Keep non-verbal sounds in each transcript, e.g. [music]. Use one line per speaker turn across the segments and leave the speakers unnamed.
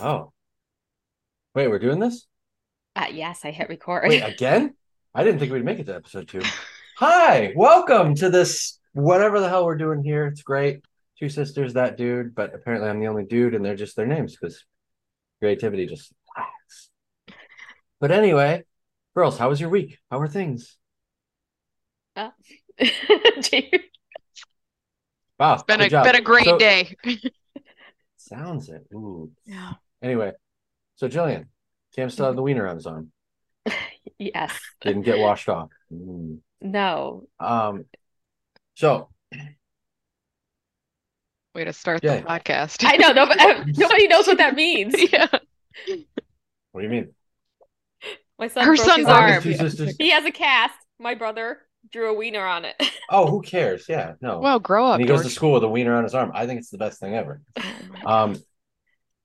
Oh. Wait, we're doing this?
Uh, yes, I hit record.
Wait, again? I didn't think we'd make it to episode
[laughs]
two. Hi, welcome to this whatever the hell we're doing here. It's great. Two sisters, that dude, but apparently I'm the only dude, and they're just their names because creativity just lacks. But anyway, girls, how was your week? How were things?
[laughs] Dude,
Wow.
Been
good
a
job.
been a great
So-
day.
Sounds it. Ooh.
Yeah.
Anyway, so Jillian, Cam still
Mm-hmm.
had the wiener on his arm.
yes.
Didn't get washed off. Mm.
No.
Um, so
Way to start
Yeah.
the podcast.
[laughs]
I know. Nobody, uh, nobody knows what that means.
[laughs] yeah.
what do you mean?
My son
Her
broke
son's
his
arm.
arm.
Two sisters.
He has a cast. My brother drew a wiener on it. [laughs]
Oh, who cares? Yeah, no.
Well, grow up.
Oh. and he goes to
George.
school with a wiener on his arm. I think it's the best thing ever.
Oh,
Um,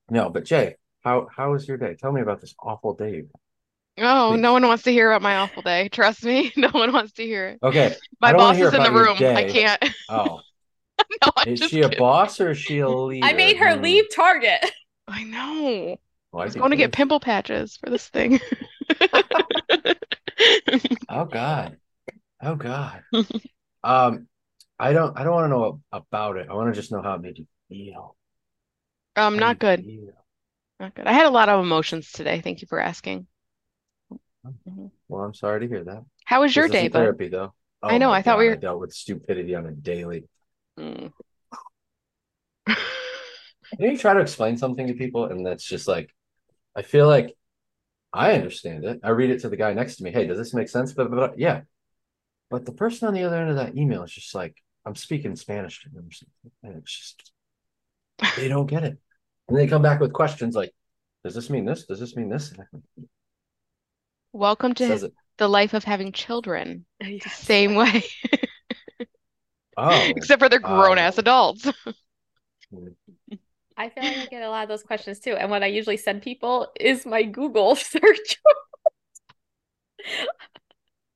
no, but Jay, how how was your day? Tell me about this awful day. you had.
Oh,
please.
no one wants to hear about my awful day. Trust me, [laughs] no one wants to hear it.
Okay.
[laughs] My
don't wanna
boss
hear
is in the
about your
room. I
day.
can't. [laughs]
Oh,
No, I'm
is
just
she a
kidding.
boss or is she a leader?
I made her
Hmm. Oh,
leave Target.
I know.
Well,
I
I'd
was
be
going to get
pissed.
pimple patches for this thing. [laughs]
Oh God. Oh
[laughs]
God. um, I don't. I don't want to know about it. I want to just know how it made you feel.
Um,
How
not
did
good.
you feel?
Not good. I had a lot of emotions today. Thank you for asking.
Well, I'm sorry to hear that.
How was your
This isn't
day, bud?
therapy though.
I
Oh
know,
my
I thought we
God,
were-
dealt with stupidity on a daily.
Mm.
You, know, you try to explain something to people, and that's just like, I feel like I understand it. I read it to the guy next to me. Hey, does this make sense? But, but yeah, but the person on the other end of that email is just like, I'm speaking Spanish to them, or something, and it's just they don't get it, and they come back with questions like, Does this mean this? Does this mean this? And I'm like,
[laughs] Welcome to
says it.
the life of having children. [laughs] Same way.
Oh,
Except for they're
uh,
grown ass adults.
I feel like I get a lot of those questions too. And what I usually send people is my Google [laughs] search.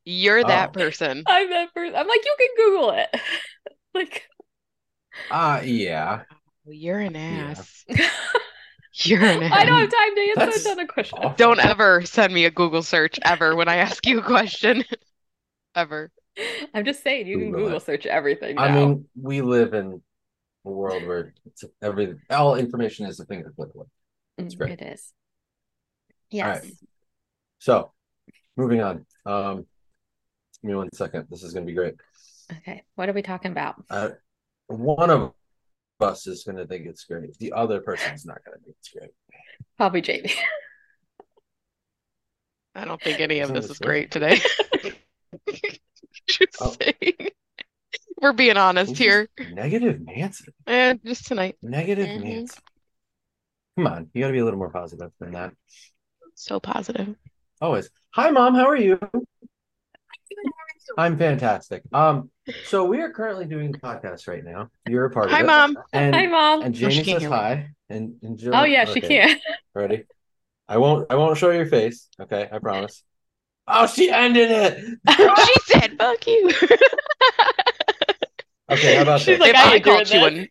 You're
Oh.
that [laughs] person.
I'm that person. I'm like, you can Google it. [laughs] like,
uh, yeah.
You're an
Yeah.
[laughs] ass. You're an
I don't
ass.
have time to answer
That's
a ton of questions.
awful.
Don't ever send me a Google search ever when I ask you a question. [laughs] Ever.
[laughs] I'm just saying, you can
Google it.
Google search everything
I
now.
mean, we live in a world where it's every all information is a fingertip away.
Mm,
great.
It is.
All right.
Yes.
So, moving on. Um, give me one second. This is going to be great.
Okay. What are we talking about?
Uh, one of us is going to think it's great. The other person's not going to think it's great.
Probably Jamie. [laughs]
I don't think any of
Isn't
this
this
is great today. [laughs] Just
Oh.
saying. We're being honest
Who's
here.
Negative Nancy.
And just tonight.
Negative
Mm-hmm.
Mhm.
Nancy. Come on, you got to be a little more positive than that.
So positive.
Always. Hi, mom. How are you? I'm fantastic. Um, so we are currently doing the podcast right now. You're a part of
Hi,
it.
Mom.
And
Hi, Mom.
and Jamie
she can't
says
hear me.
hi. And, and Jill,
oh, yeah, she
okay,
can.
[laughs]
Ready? I won't. I won't show your face. Okay, I promise. Oh, she ended it.
[laughs]
[laughs]
She said, fuck [laughs] you.
Okay, how about
She's
this?
like,
If
I
I
ain't doing
called, she
this.
wouldn't.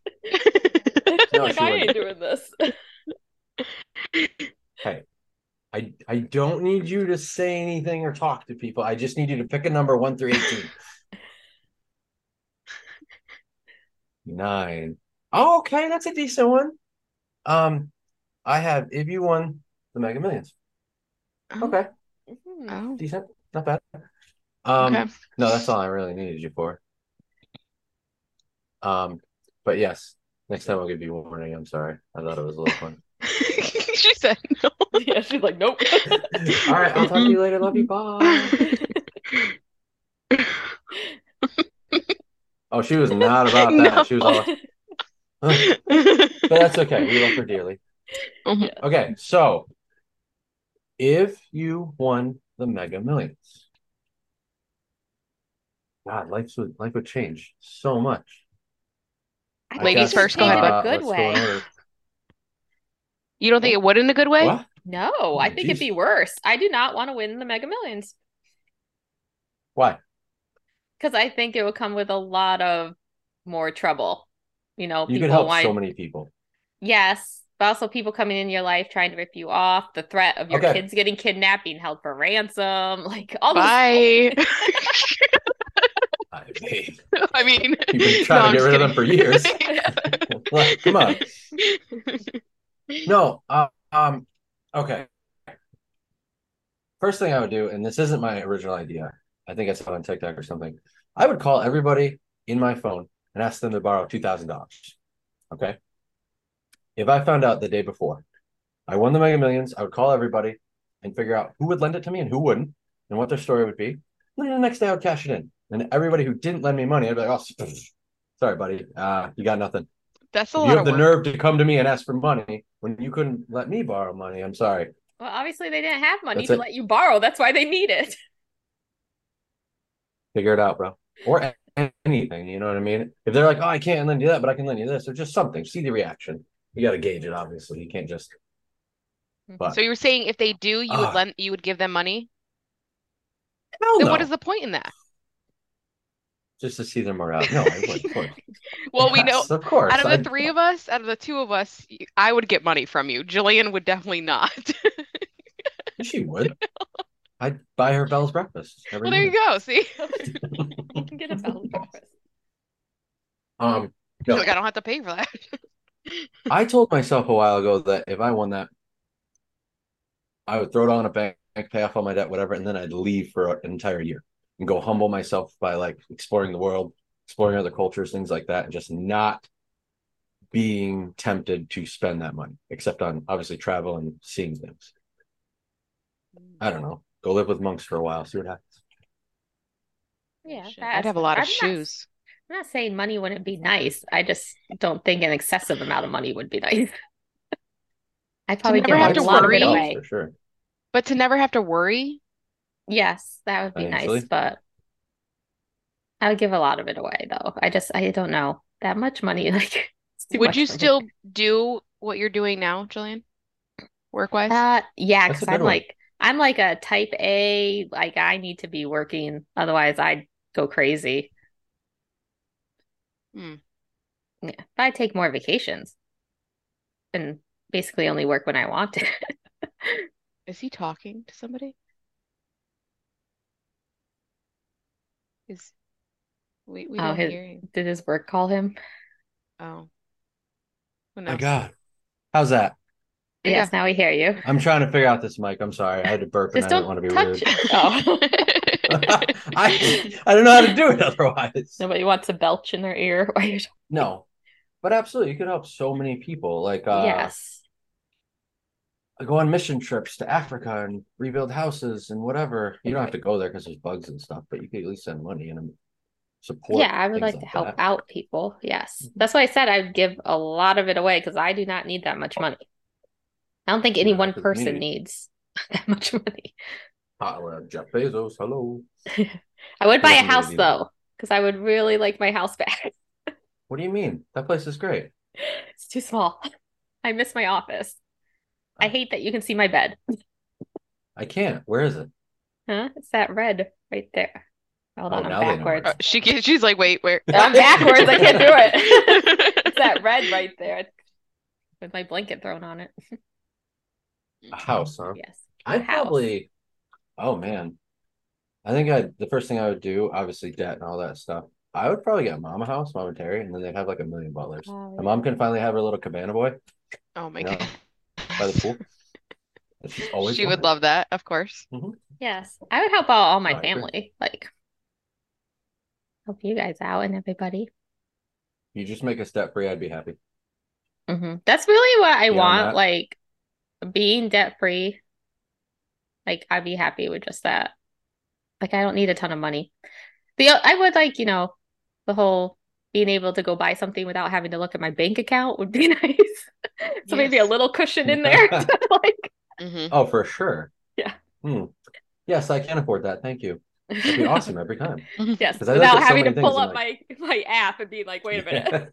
[laughs] No,
like,
she
I ain't
wouldn't.
doing this. [laughs]
I I don't need you to say anything or talk to people. I just need you to pick a number one through eighteen. [laughs] Nine. Oh, okay, that's a decent one. Um, I have if you won the Mega Millions. Okay,
Mhm.
Oh.
decent, not bad. Um,
Okay.
No, that's all I really needed you for. Um, but yes, next time I'll give you a warning. I'm sorry. I thought it was a little fun.
[laughs] She said no.
[laughs] Yeah, she's
[laughs]
like, nope.
all right, I'll talk to you later. Love you. Bye.
[laughs]
Oh, she was not about that.
[laughs] No.
She was
[laughs]
all, [laughs] but that's okay. We love her dearly.
Mhm.
Okay, so if you won the Mega Millions, God, life would life would change so much.
I
I
think
Ladies
it
guess,
first, go
would
ahead,
change in
uh,
a
let's
good
go
way.
in order.
You don't think it would in a good way?
What? Oh,
No, I think it'd
Jeez.
be worse. I do not want to win the Mega Millions
Why?
because I think it would come with a lot of more trouble. You know,
You
people
could help
want-
so many people.
Yes, but also people coming in your life trying to rip you off, the threat of your
Okay.
kids getting kidnapped, being held for ransom, [laughs] like all those.
Bye.
I mean,
[laughs] I mean,
[laughs] you've been trying to get rid of them for
[laughs]
years. Like, come on. No. Uh, um. Okay. First thing I would do, and this isn't my original idea. I think I saw it on TikTok or something. I would call everybody in my phone and ask them to borrow two thousand dollars. Okay. If I found out the day before I won the Mega Millions, I would call everybody and figure out who would lend it to me and who wouldn't, and what their story would be. And then the next day I would cash it in. And everybody who didn't lend me money, I'd be like, "Oh, [laughs] sorry, buddy, uh, you got nothing."
That's a
you
lot
have
of
the
work.
nerve to come to me and ask for money when you couldn't let me borrow money. I'm sorry.
Well, obviously they didn't have money
That's
to
it.
let you borrow. That's why they need it.
Figure it out, bro. Or a- anything. You know what I mean? If they're like, oh, I can't lend you that, but I can lend you this, or just something. See the reaction. You got to gauge it, obviously. You can't just. But
So you were saying if they do, you
Ah.
would lend, you would give them money?
hell
Then
no.
what is the point in that?
Just to see their morale. No, I would, of course.
[laughs] Well, we know
Yes, Of course.
out of
I'd-
the three of us, out of the two of us, y- I would get money from you. Jillian would definitely not. [laughs]
She would. I'd buy her Bell's breakfast every
Well, there you
morning.
go. See?
You can get a bell breakfast.
Um, [laughs] no.
Like I don't have to pay for that.
I told myself a while ago that if I won that, I would throw it on a bank, pay off all my debt, whatever, and then I'd leave for an entire year and go humble myself by like exploring the world, exploring other cultures, things like that, and just not being tempted to spend that money, except on obviously travel and seeing things. I don't know. Go live with monks for a while, see what happens.
Yeah,
Shit,
that's-
I'd have a lot of
I'm not-
shoes.
I'm not saying money wouldn't be nice. I just don't think an excessive amount of money would be
[laughs]
nice. I probably
never
give
have
a
to
lot of
worry.
it
Myself,
away.
for sure.
But to never have to worry,
Yes, that would be nice,
Financially?
but I would give a lot of it away though. I just I don't know that much money. [laughs] Like, it's too
would
much
you
for me.
still do what you're doing now, Jillian? Work-wise?
Uh, yeah,
That's a
because I'm
good one.
like I'm like a type A. Like I need to be working, otherwise I'd go crazy.
Hmm.
Yeah, but I take more vacations and basically only work when I want to. [laughs]
Is he talking to somebody? Is we we
Oh,
don't
his-
hear him.
Did his work call him?
Oh. Who
My
knows? [laughs]
God. [laughs] How's that?
Yeah.
Yes, now we hear you.
I'm trying to figure out this mic. I'm sorry. I had to burp and
Just
I didn't
don't
want to be
touch
rude.
it. Oh.
[laughs] I, I don't know how to do it otherwise.
Nobody wants a belch in their ear [laughs] while you're talking.
No, but absolutely, you could help so many people. Like, uh,
Yes.
go on mission trips to Africa and rebuild houses and whatever. You don't have to go there because there's bugs and stuff, but you could at least send money and um, support.
Yeah, I would
things
like to help
that. Mm-hmm.
out people. Yes. That's why I said I'd give a lot of it away because I do not need that much money. I don't think any
Yeah,
one
for the
person
community.
needs [laughs] that much money. [laughs]
Holler at Jeff Bezos. Hello.
I would buy
Doesn't really
a house
need it.
though, because I would really like my house back. [laughs]
What do you mean? That place is great.
It's too small. [laughs] I miss my office. I
Oh.
hate that you can see my bed.
I can't. Where is it?
Huh? It's that red right there. Hold
Oh,
on, I'm
now they know
backwards.
where
Uh, [laughs] She can, she's like, wait, where?
I'm backwards. I can't do it.
[laughs] it.
[laughs] It's that red right there [laughs] with my blanket thrown on it.
A house, huh?
Yes.
I
a house.
probably, oh man, I think I the first thing I would do, obviously debt and all that stuff. I would probably get mom a house, mom and Terry, and then they'd have like a million butlers.
Oh,
My mom can finally have her little cabana boy
Oh my
Yeah.
God.
by the
[laughs]
pool. that she's always
She would
wanted.
love that, of course.
Yes. I would help out all
Oh, I
my
agree.
family. Like, help you guys out and everybody.
You just make us debt free, I'd be happy.
hmm That's really what I
Mm-hmm. Beyond
want.
that-
Like, being debt free. Like, I'd be happy with just that. Like, I don't need a ton of money. The I would like, you know, the whole being able to go buy something without having to look at my bank account would be [laughs] nice. So maybe a
Yes.
little cushion
[laughs]
in there. Like,
hmm
Oh, for sure.
Yeah.
Hmm. Yes, I can afford that. Thank you. That'd be awesome every time.
[laughs] Yes,
'Cause I look
without
at so
having to
many things
pull
and
up my my app and be like, wait
[laughs]
a minute.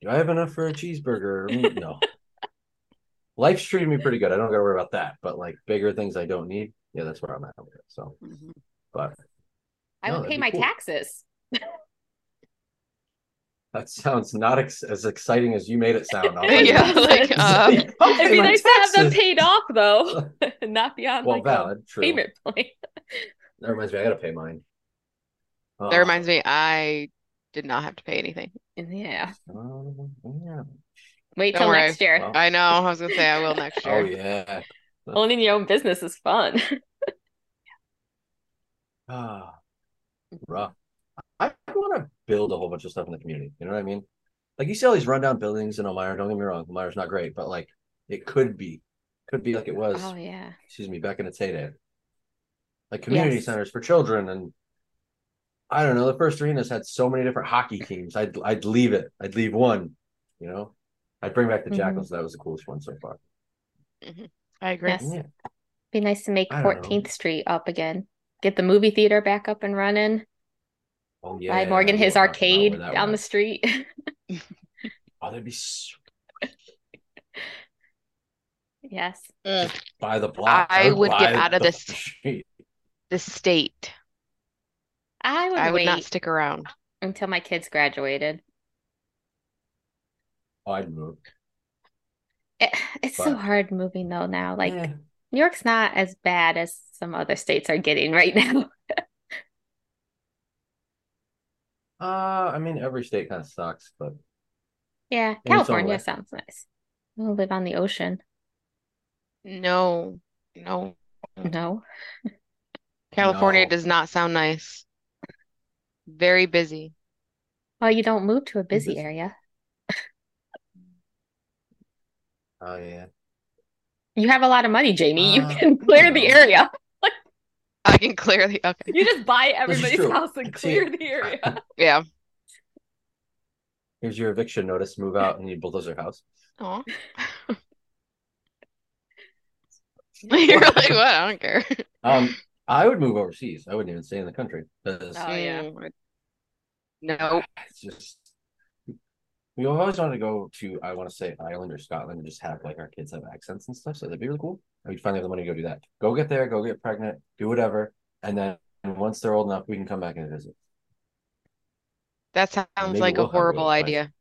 Do I have enough for a cheeseburger? Mm, No. Life's treating me pretty good. I don't gotta worry about that. But like bigger things I don't need, yeah, that's where I'm at. with it, So but
I
No,
will
that'd
pay
be
my
cool.
taxes.
That sounds not ex- as exciting as you made it sound.
[laughs]
I'll tell you
[laughs]
[laughs]
Yeah,
that.
like uh,
It'd be nice to have them paid off
[laughs]
though, [laughs] not beyond
Well,
like a
valid, true.
payment [laughs] plan.
That reminds me, I gotta pay mine. Uh,
that reminds me, I did not have to pay anything.
Yeah,
um, yeah.
wait
Don't
till
worry.
next year.
Well,
I know. I was gonna say I will next
Oh
year.
yeah.
[laughs] Owning your own business is
[laughs]
fun.
Ah,
Mm-hmm.
rough. I want to build a whole bunch of stuff in the community. You know what I mean? Like you see all these rundown buildings in Elmira. Don't get me wrong, Elmira's not great, but like it could be, could be like it was.
Oh yeah,
Excuse me, back in its heyday. Like community
Yes.
centers for children and I don't know. The first arenas had so many different
[laughs]
hockey teams. I'd I'd leave it. I'd leave one. You know, I'd bring back the
Mhm.
Jackals. That was the coolest one so far.
I agree.
Yes.
Yeah.
be nice to make
I don't know.
14th Street up again. Get the movie theater back up and running.
Oh yeah.
Buy Morgan
we'll
his
talk about
arcade
where that
down the
went.
street. [laughs]
Oh, that'd be so,
Yes.
by the block.
I would
buy
get out of
the [laughs]
this-
street.
The state.
I would
I would
wait
not stick around.
until my kids graduated.
I'd move.
It- it's so
But-
hard moving though now. Like
Eh,
New York's not as bad as some other states are getting right [laughs] now.
uh, I mean, every state kind of sucks, but
Yeah,
own
California
way.
sounds nice. We'll live on the ocean.
No, no.
No.
California
No.
does not sound nice. Very busy.
Well, Oh, you don't move to a busy
busy.
area.
oh yeah,
You have a lot of money, Jamie. You
Uh,
can clear the
no. [laughs]
area.
I can clearly. Okay.
You just buy
This is
everybody's
true.
house and
It's
clear
it.
the area.
Yeah.
here's your eviction notice. Move out, and you bulldoze your house.
Aw. [laughs] You're
[laughs]
like, what? I don't care.
Um, I would move overseas. I wouldn't even stay in the country because
Oh, yeah.
Mm, No.
it's just we always wanted to go to. I want to say Ireland or Scotland and just have like our kids have accents and stuff. So that'd be really cool. And we'd finally have the money to go do that. Go get there. Go get pregnant. Do whatever, and then once they're old enough, we can come back and visit.
That sounds
Maybe
like a
we'll have
horrible
real life.
idea.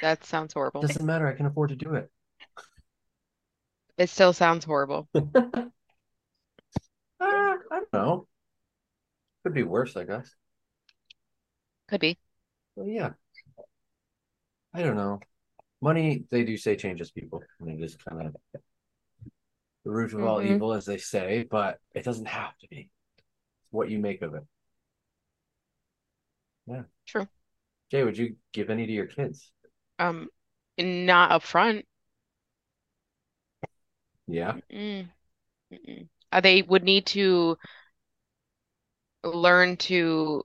That sounds horrible.
Doesn't matter. I can afford to do it.
It still sounds horrible.
Uh, I don't know. Could be worse, I guess.
Could be.
Well, yeah. I don't know. Money, they do say changes people, and it is kind of the root of all
Mm-hmm.
Mhm.
evil, as they say, but it doesn't have to be. It's what you make of it. Yeah.
True.
Jay, would you give any to your kids?
Um, not up front.
Yeah.
Mm-mm. Mm, Mm-mm. Uh, They would need to learn to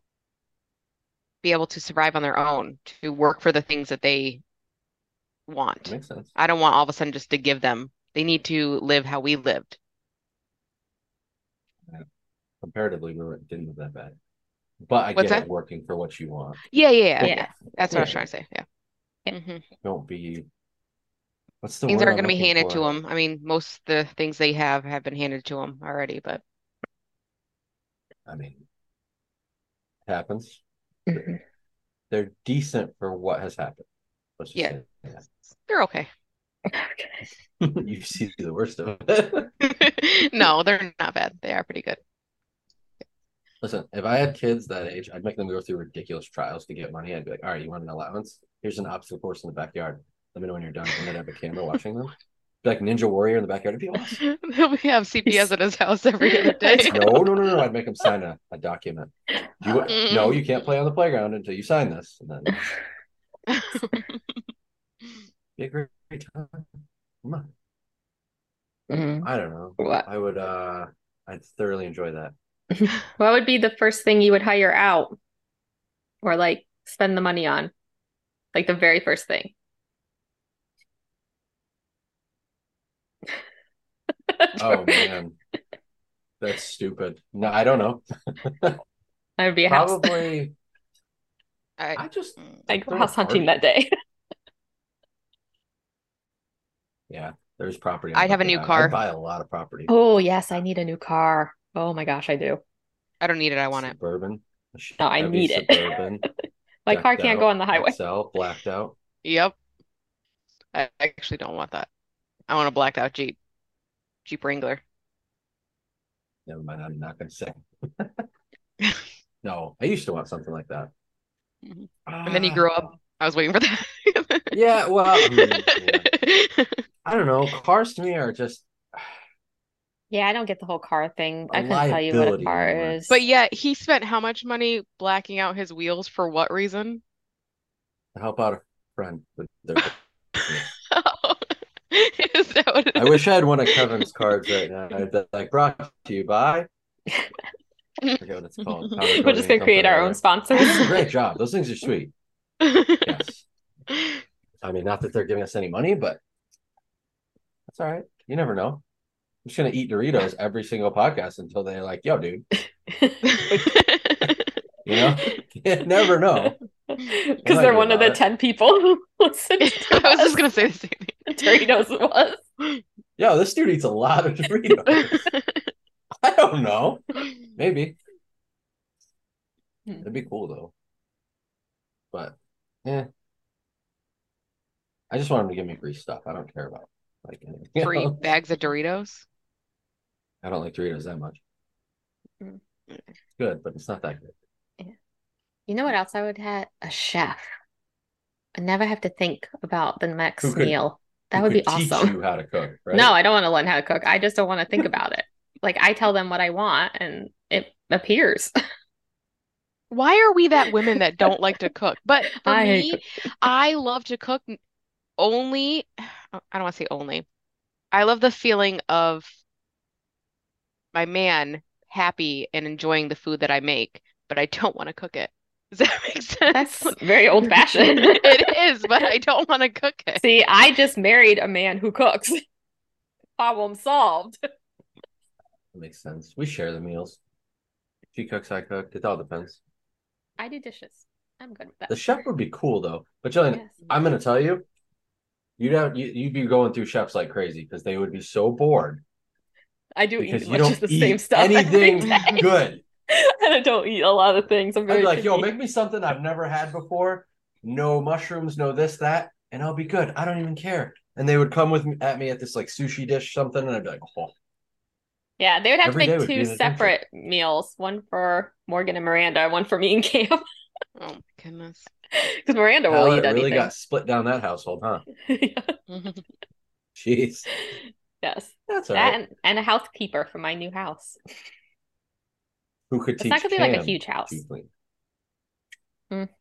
be able to survive on their own, to work for the things that they want.
Makes sense.
I don't want all of a sudden just to give them. They need to live how we lived.
Comparatively, we weren't- didn't live that bad. But I
What's
get
that?
it working for what you want.
Yeah, yeah, yeah.
Yeah.
That's what I
[laughs]
was
Yeah.
trying to say. Yeah.
Yeah.
Mhm.
Don't be what's the
Things
word
aren't
I'm
going to be
looking
handed to
for?
them. I mean, most of the things they have have been handed to them already, but
I mean, it happens.
Mhm.
Mm-hmm. They're decent for what has happened. Let's just
Yeah.
say that.
they're okay. [laughs]
you see the worst of it. [laughs]
No, they're not bad. They are pretty good.
Listen, if I had kids that age, I'd make them go through ridiculous trials to get money. I'd be like, all right, you want an allowance? Here's an obstacle course in the backyard. Let me know when you're done. And then have a camera watching them. Be like Ninja Warrior in the backyard. It'd be awesome.
[laughs] He'll be- have CPS at his house every [laughs] other day.
No, no, no, no. I'd make them sign a, a document. You, no, you can't play on the playground until you sign this. And then it'd
[laughs]
be a great, great time. Come on.
Mm.
I don't know.
What?
I would, uh, I'd thoroughly enjoy that.
What would be the first thing you would hire out or like spend the money on? Like the very first thing.
Oh man, that's stupid. No, I don't know.
[laughs] That would be a house.
[laughs]
Probably,
I-
I just
I
throw
go
a
house hunting
party.
that day.
Yeah, there's property.
I'd have a new
I
car.
buy a lot of property.
Oh, yes, I need a new car. Oh my gosh, I do.
I don't need it. I want it.
Suburban. A sh-
No, I
heavy
need it.
[laughs]
Suburban.
My
Decked
car can't go
out.
on the highway.
Excel, blacked out.
Yep. I actually don't want that. I want a blacked out Jeep. Jeep Wrangler.
Never mind, I'm not gonna
[laughs]
say. no, I used to want something like that. Ah.
Mhm. And then you grew up. I was waiting for that. [laughs]
Yeah, well, I, mean, yeah. I don't know. Cars to me are just
[laughs] Yeah, I don't get the whole car thing.
A
I couldn't tell you what a
liability
car
anymore.
is.
But yet he spent how much money blacking out his wheels for what reason? [laughs]
to help out a friend with their
Is that what it
I wish I had one of Kevin's cards right now. That's like brought to you
[laughs]
by. I forget what it's called. Power
[laughs] We're
Coating
just gonna create
Company,
our
right?
own sponsors.
This is a great job. Those things are sweet.
is?
Yes. I mean, not that they're giving us any money, but that's all right. You never know. I'm just gonna eat Doritos every single podcast until they're like, "Yo, dude," [laughs] you
[laughs]
know. [laughs] You never know.
Because they're one of the
about it.
10 people who [laughs] listen to
[laughs]
[laughs]
I was just gonna say the same
us. Doritos was.
Yo, this dude eats a lot of Doritos. [laughs] I don't know.
thing.
Maybe.
Hmm.
It'd be cool though. But yeah. I just want him to give me free stuff. I don't care about like [laughs] anything
[laughs] Free
else.
bags of Doritos.
I don't like Doritos that much.
Mm.
It's good, but it's not that good.
You know what else I would have? A chef. I never have to think about the next
Who could-
meal. That
He
would be
could teach
awesome.
you how to
[laughs]
cook, right?
No, I don't want to learn how to cook. I just don't want to think about it. Like I tell them what I want and it appears. [laughs]
Why are we that women that don't like to cook? But for
I hate
me, I love to cook n- only, I don't want to say only. I love the feeling of my man happy and enjoying the food that I make, but I don't want to cook it. [laughs] Does that make sense?
That's very old
[laughs]
fashioned.
[laughs] It is, but I don't want to cook
[laughs]
it.
See, I just married a man who cooks. [laughs] Problem solved.
That makes sense. We share the meals. She cooks, I cook. It all depends.
[laughs] I do dishes. I'm good with that.
The chef would be cool though. But Jillian,
Yes.
I'm gonna tell you, you'd have you, you'd be going through chefs like crazy because they would be so bored
I do eat
because you
much of
don't
the
eat
same stuff [laughs] every
anything
day.
good.
and I don't eat a lot of things. I'm
I'd
very
be like, yo,
picky.
make me something I've never had before. No mushrooms, no this, that, and I'll be good. I don't even care. And they would come with me, at me at this like sushi dish something, and I'd be like, oh,
Yeah, they would have to
every
make
day would be an
two
adventure.
separate meals, one for Morgan and Miranda, one for me and Cam. [laughs]
Oh my goodness.
Because Miranda will
palate
eat
really
anything.
got split down that household, huh?
Mhm.
Jeez,
[laughs] Yes.
that's all
That
right.
and, and a housekeeper for my new house.
Who could
It's
teach?
not gonna be like a
Cam
huge house.
to clean?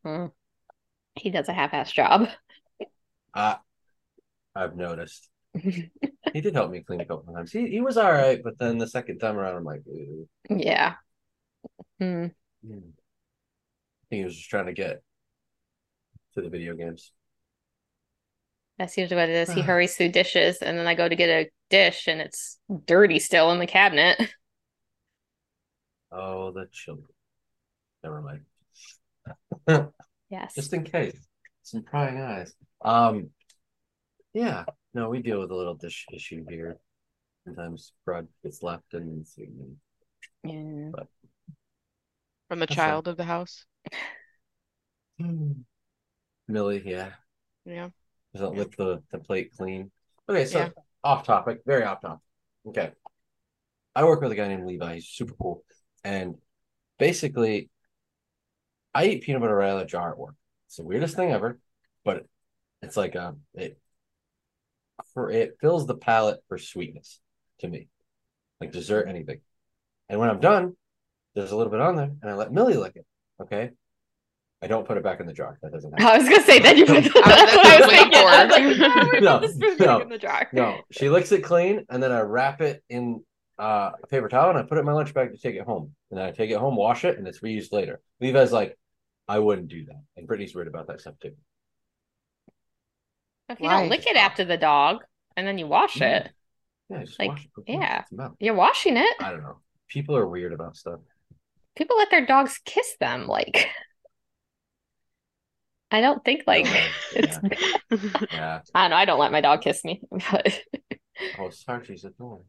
hmm He does a half ass job. [laughs]
I've noticed. He did help me clean a couple times. He he was all right, but then the second time around, I'm like, "Ooh."
yeah. Hmm.
I think he was just trying to get to the video games.
That's usually what it is. He hurries through dishes, and then I go to get a dish, and it's dirty still in the cabinet.
Oh, the children. Never mind.
Yes.
just in case some prying eyes um yeah no we deal with a little dish issue here sometimes bread gets left and it's-
Yeah.
From the
That's fine.
child of the house.
millie yeah
[laughs]
Yeah.
doesn't lick the, the plate clean okay so
Yeah.
off topic very off topic okay i work with a guy named levi he's super cool and basically i eat peanut butter right out of the jar at work it's the weirdest thing ever but it's like um it for it fills the palate for sweetness to me like dessert anything and when i'm done there's a little bit on there and i let millie lick it okay i don't put it back in the jar that doesn't happen
[laughs] I was gonna say that you [laughs] put that's what I was thinking. I was like, no, we
No,
put the spoon
no,
back in the jar.
No,
[laughs]
she licks it clean, and then I wrap it in uh, a paper towel, and I put it in my lunch bag to take it home. And then I take it home, wash it, and it's reused later. Levi's like, I wouldn't do that, and Brittany's weird about that stuff too.
If you don't
Why?
lick it after the dog, and then you wash
Mm-hmm.
it,
Yeah, just
Like,
wash it. put it in
yeah.
its mouth.
you're washing it.
I don't know. People are weird about stuff.
People let their dogs kiss them. Like, I don't think [laughs] like
Yeah,
[laughs] it's.
yeah.
I don't know. I don't let my dog kiss me, [laughs] but
Oh, Sarchi's adorable.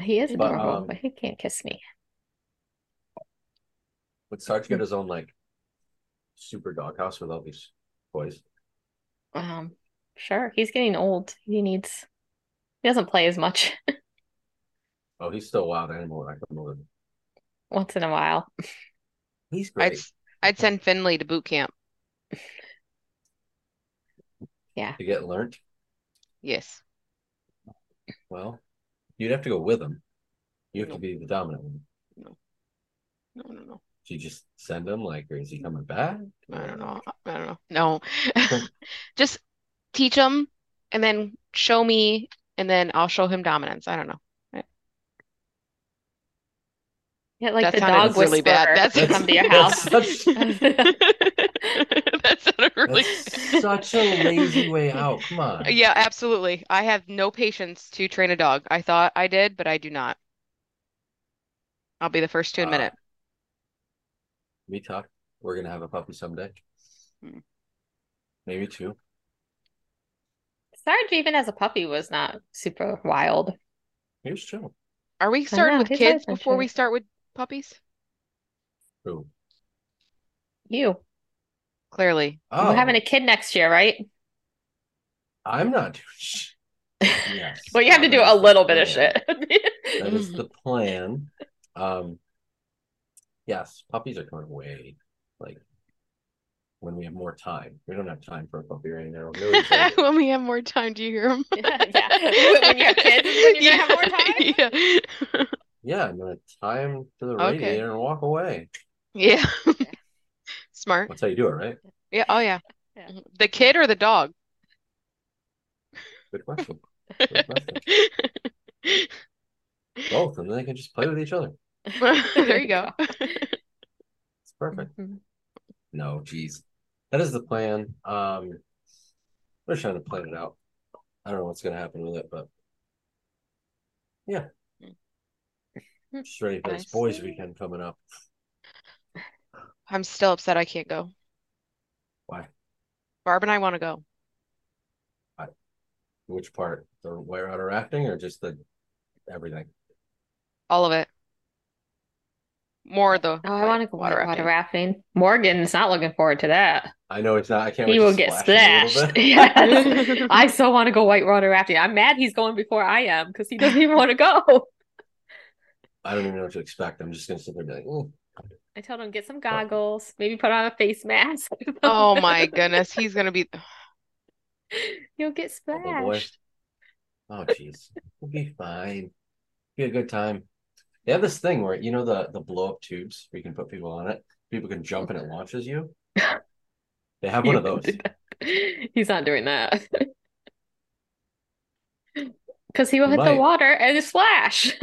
he is
But,
adorable.
um,
but he can't kiss me. Mm.
Would Sarge get his own like super doghouse with all these boys.
Um, sure. He's getting old. He needs, he doesn't play as much [laughs]
Oh, he's still a wild animal when I come over.
once in a while.
He's
I'd
great.
s- I'd send Finley to boot camp.
to get learnt.
Yes.
Well, you'd have to go with him. You have to be the dominant one.
No, no, no.
Do you just send him? Like, or is he coming
[laughs]
back?
I don't know. I don't know. No. [laughs] Just teach him and then show me and then I'll show him dominance. I don't
[laughs]
know. [laughs]
Yeah, like
That
the
sounded
dog
really bad.
whisperer
That's-
to come to your
that's
house.
such,
That sounded really
that's such a lazy way out. Come on.
[laughs] Yeah, absolutely. I have no patience to train a dog. I thought I did, but I do not. I'll be the first to admit
Ah.
it.
We talk. We're gonna have a puppy someday.
Hmm.
Maybe two.
[laughs] Sarge, even as a puppy, was not super wild.
He was chill.
Are we starting
know.
with
He's
kids
always been
before we
shy.
start with puppies?
Ooh.
You.
Clearly.
Oh,
We're having a kid next year, right?
I'm not doing [laughs] shit. Yes.
[laughs] Well, you have to do
That
a
is the
little bit of
plan.
shit. [laughs]
That is the plan. Um, yes, puppies are going away. Like when we have more time, we don't have time for a puppy right now. Really
[laughs]
excited.
[laughs] When we have more time, do you hear him?
Yeah, yeah. [laughs] When you're a kid, when you're gonna have more time?
[laughs] Yeah.
yeah, I'm gonna tie him to the
Okay.
radiator and walk away.
Yeah. [laughs] Smart.
That's how you do it, right?
Yeah. Oh, yeah.
Yeah.
Mhm. The kid or the dog?
Good question. Good
[laughs]
question. Both, and then they can just play with each other.
There you go.
It's perfect.
Hmm.
No, geez. That is the plan. Um we're trying to plan it out. I don't know what's gonna happen with it, but yeah.
Hmm.
Just ready for this
I
boys
see.
weekend coming up.
I'm still upset I can't go.
Why?
Barb and I want to go.
Which part? The wear out of rafting or just the everything?
All of it. More the
Oh, I
like,
want to go
water
water, water
rafting.
rafting. Morgan's not looking forward to that.
I know it's not I can't
He
wait
will
to
get
splash in a little
splashed.
bit.
[laughs] Yes. I so want to go whitewater rafting. I'm mad he's going before I am because he doesn't even want to go.
I don't even know what to expect. I'm just gonna sit there and be like, "Ooh,
I told him
Oh.
get some goggles, maybe put on a face mask. [laughs]
Oh my goodness, he's gonna be.
You'll get
oh boy.
splashed. [laughs]
Oh jeez. We'll be fine. Be a good time. They have this thing where you know the the blow up tubes where you can put people on it. People can jump and it launches
[laughs]
you. They have one of
You
those.
can do that. He's not doing that. [laughs] Because he will
He
hit the
might.
water and splash. [laughs]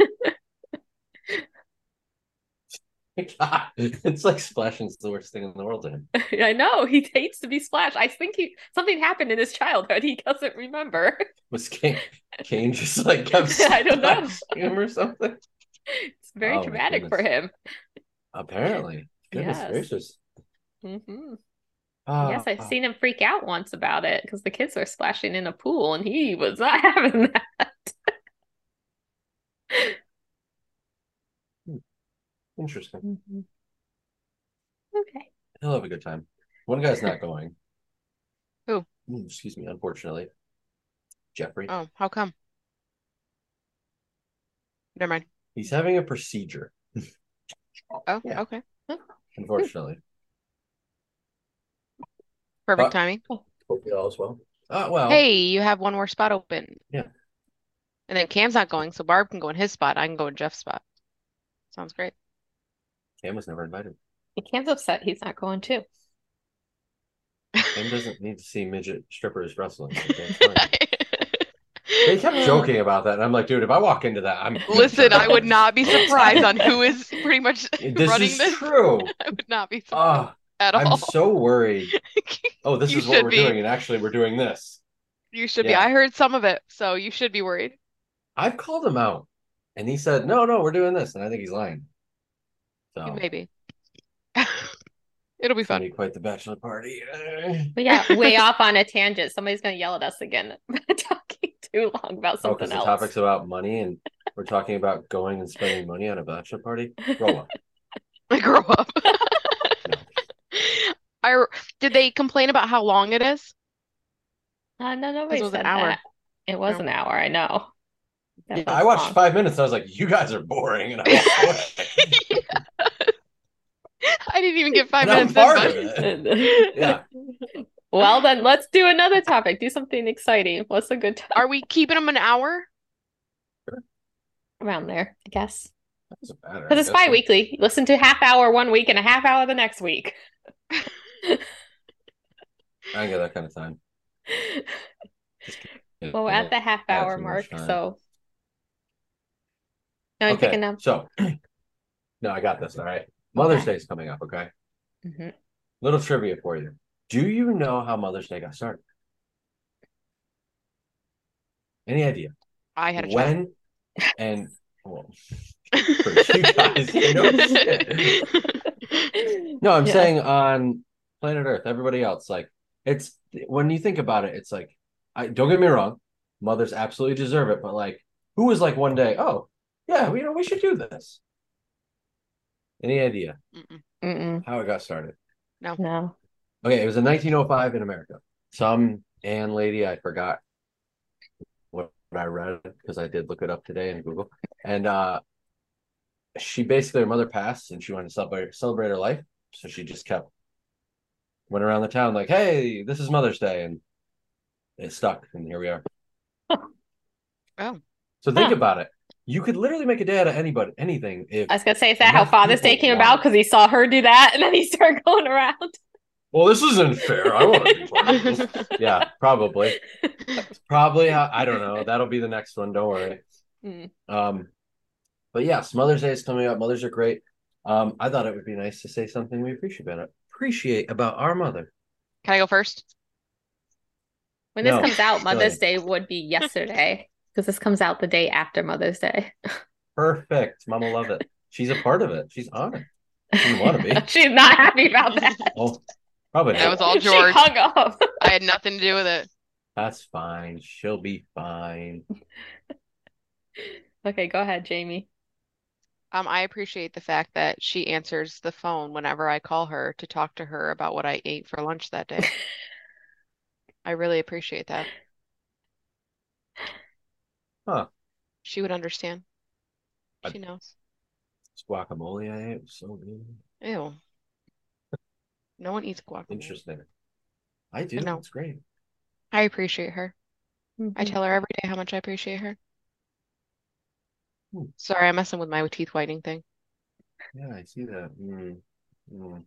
[laughs] it's like splashing's the worst thing in the world to him.
I know he hates to be splashed. I think he something happened in his childhood he doesn't remember. [laughs]
Was Kane Kane just like kept
I don't know.
splashing [laughs] him or something?
It's very
Oh, my
traumatic for
goodness.
him.
Apparently. Goodness
Yes.
gracious.
hmm
Ah,
yes, I've
ah.
seen him freak out once about it because the kids were splashing in a pool and he was [laughs] not having that.
Interesting.
Mm-hmm. Okay.
He'll have a good time. One guy's not going.
Who?
Mm, Excuse me, unfortunately. Jeffrey.
Oh, how come? Never mind.
He's having a procedure,
Oh,
Yeah.
okay.
unfortunately. But-
Perfect timing.
Hope you all as well. Uh, Oh well.
Hey, you have one more spot open.
Yeah.
And then Cam's not going, so Barb can go in his spot. I can go in Jeff's spot. Sounds great.
Cam was never invited.
Cam's upset he's not going too.
Cam doesn't need to see midget strippers
[laughs]
wrestling. so that's fine. they kept joking about that, and I'm like, dude, if I walk into that, I'm
[laughs] Listen, I would not be surprised on who is pretty much
[laughs] This
running
is
this.
true.
[laughs] I would not be surprised
Ah,
at
I'm
all.
so worried. Oh, this
You
is what
should
we're
be.
doing, and actually, we're doing this.
[laughs] You should be.
Yeah.
I heard some of it, so you should be worried.
I've called him out, and he said, "No, no, we're doing this," and I think he's lying. So it's
Maybe. [laughs] It'll be
gonna
fun.
be quite the bachelor party.
We [laughs] got way off on a tangent. Somebody's gonna yell at us again [laughs] talking too long about
Oh,
something
because the
else.
topic's about money, and we're talking about going and spending money [laughs] on a bachelor party. Grow up.
[laughs] I grow up. Are did they complain about how long it is?
Uh, no, nobody
This was an
said
hour.
that. It was
No.
an hour, I know. That
Yeah,
I
was
watched
long.
five minutes. And I was like, "You guys are boring," and I walked away.
I didn't even get five
And I'm
minutes in,
part
but
of it.
[laughs]
Yeah.
[laughs] Well, then let's do another topic. Do something exciting. What's a good topic
are we keeping them an hour?
around there, I guess?
Doesn't matter.
Because it's
I guess.
bi-weekly. Listen to half hour one week and a half hour the next week. [laughs]
I ain't got that kind of time. Yeah,
Well, we're
yeah.
at the half
Yeah,
hour
too much
mark,
time.
so. Now I'm
Okay,
picking up.
So, [clears throat] no, I got this. All right. Mother's Day's coming up. Okay.
Mhm.
Little trivia for you. Do you know how Mother's Day got started? Any idea?
I had a child.
When and well, [laughs] for you guys, you know shit. No, I'm
Yeah.
saying on planet Earth, everybody else, like it's when you think about it, it's like I don't get me wrong, mothers absolutely deserve it, but like who was like one day, oh yeah, we you know we should do this. Any idea
[laughs] Mm-mm.
[gasps] Mm-mm,
how it got started?
no.
Okay, it was in 1905 in America. Some and lady, I forgot what I read because I did look it up today in Google. And uh she basically her mother passed and she wanted to celebrate celebrate her life. So she just kept went around the town like, hey, this is Mother's Day, and it stuck, and here we are. [laughs]
Oh. [laughs]
So think
Huh.
about it. You could literally make a day out of anybody anything if
I was gonna say, is that how
Enough
Father's Day
people
came
want [laughs]
about?
it.
Because he saw her do that and then he [laughs] started going around.
well this isn't fair. I want to be part
[laughs]
of this. Yeah,
[laughs]
probably. Probably how I don't know. That'll be the next one. Don't worry.
Mm.
Um, but yes, Mother's Day is coming up. Mothers are great. Um, I thought it would be nice to say something we appreciate about appreciate about our mother.
Can I go first?
When this
No.
comes out, Mother's
ahead.
Day would be yesterday. Because this comes out the day after Mother's Day.
Perfect. Mama love it. She's a part of it. She's on
[laughs]
it. Didn't wanna be.
[laughs] She's not happy about
[laughs]
that.
Oh, probably
That
not.
was
[laughs]
all
She
George.
hung up. [laughs]
I had nothing to do with it.
That's fine. She'll be fine.
Okay, go ahead, Jamie.
Um, I appreciate the fact that she answers the phone whenever I call her to talk to her about what I ate for lunch that
[laughs]
day. I really appreciate that.
Huh.
She would understand.
I-
She knows.
It's guacamole I ate was so good.
Ew. No one eats guacamole.
Interesting. I do.
I know.
It's great.
I appreciate her.
Mm-hmm.
I tell her every day how much I appreciate her.
Hmm.
Sorry, I'm messing with my teeth whitening thing.
Yeah, I see that. Mm. Mm.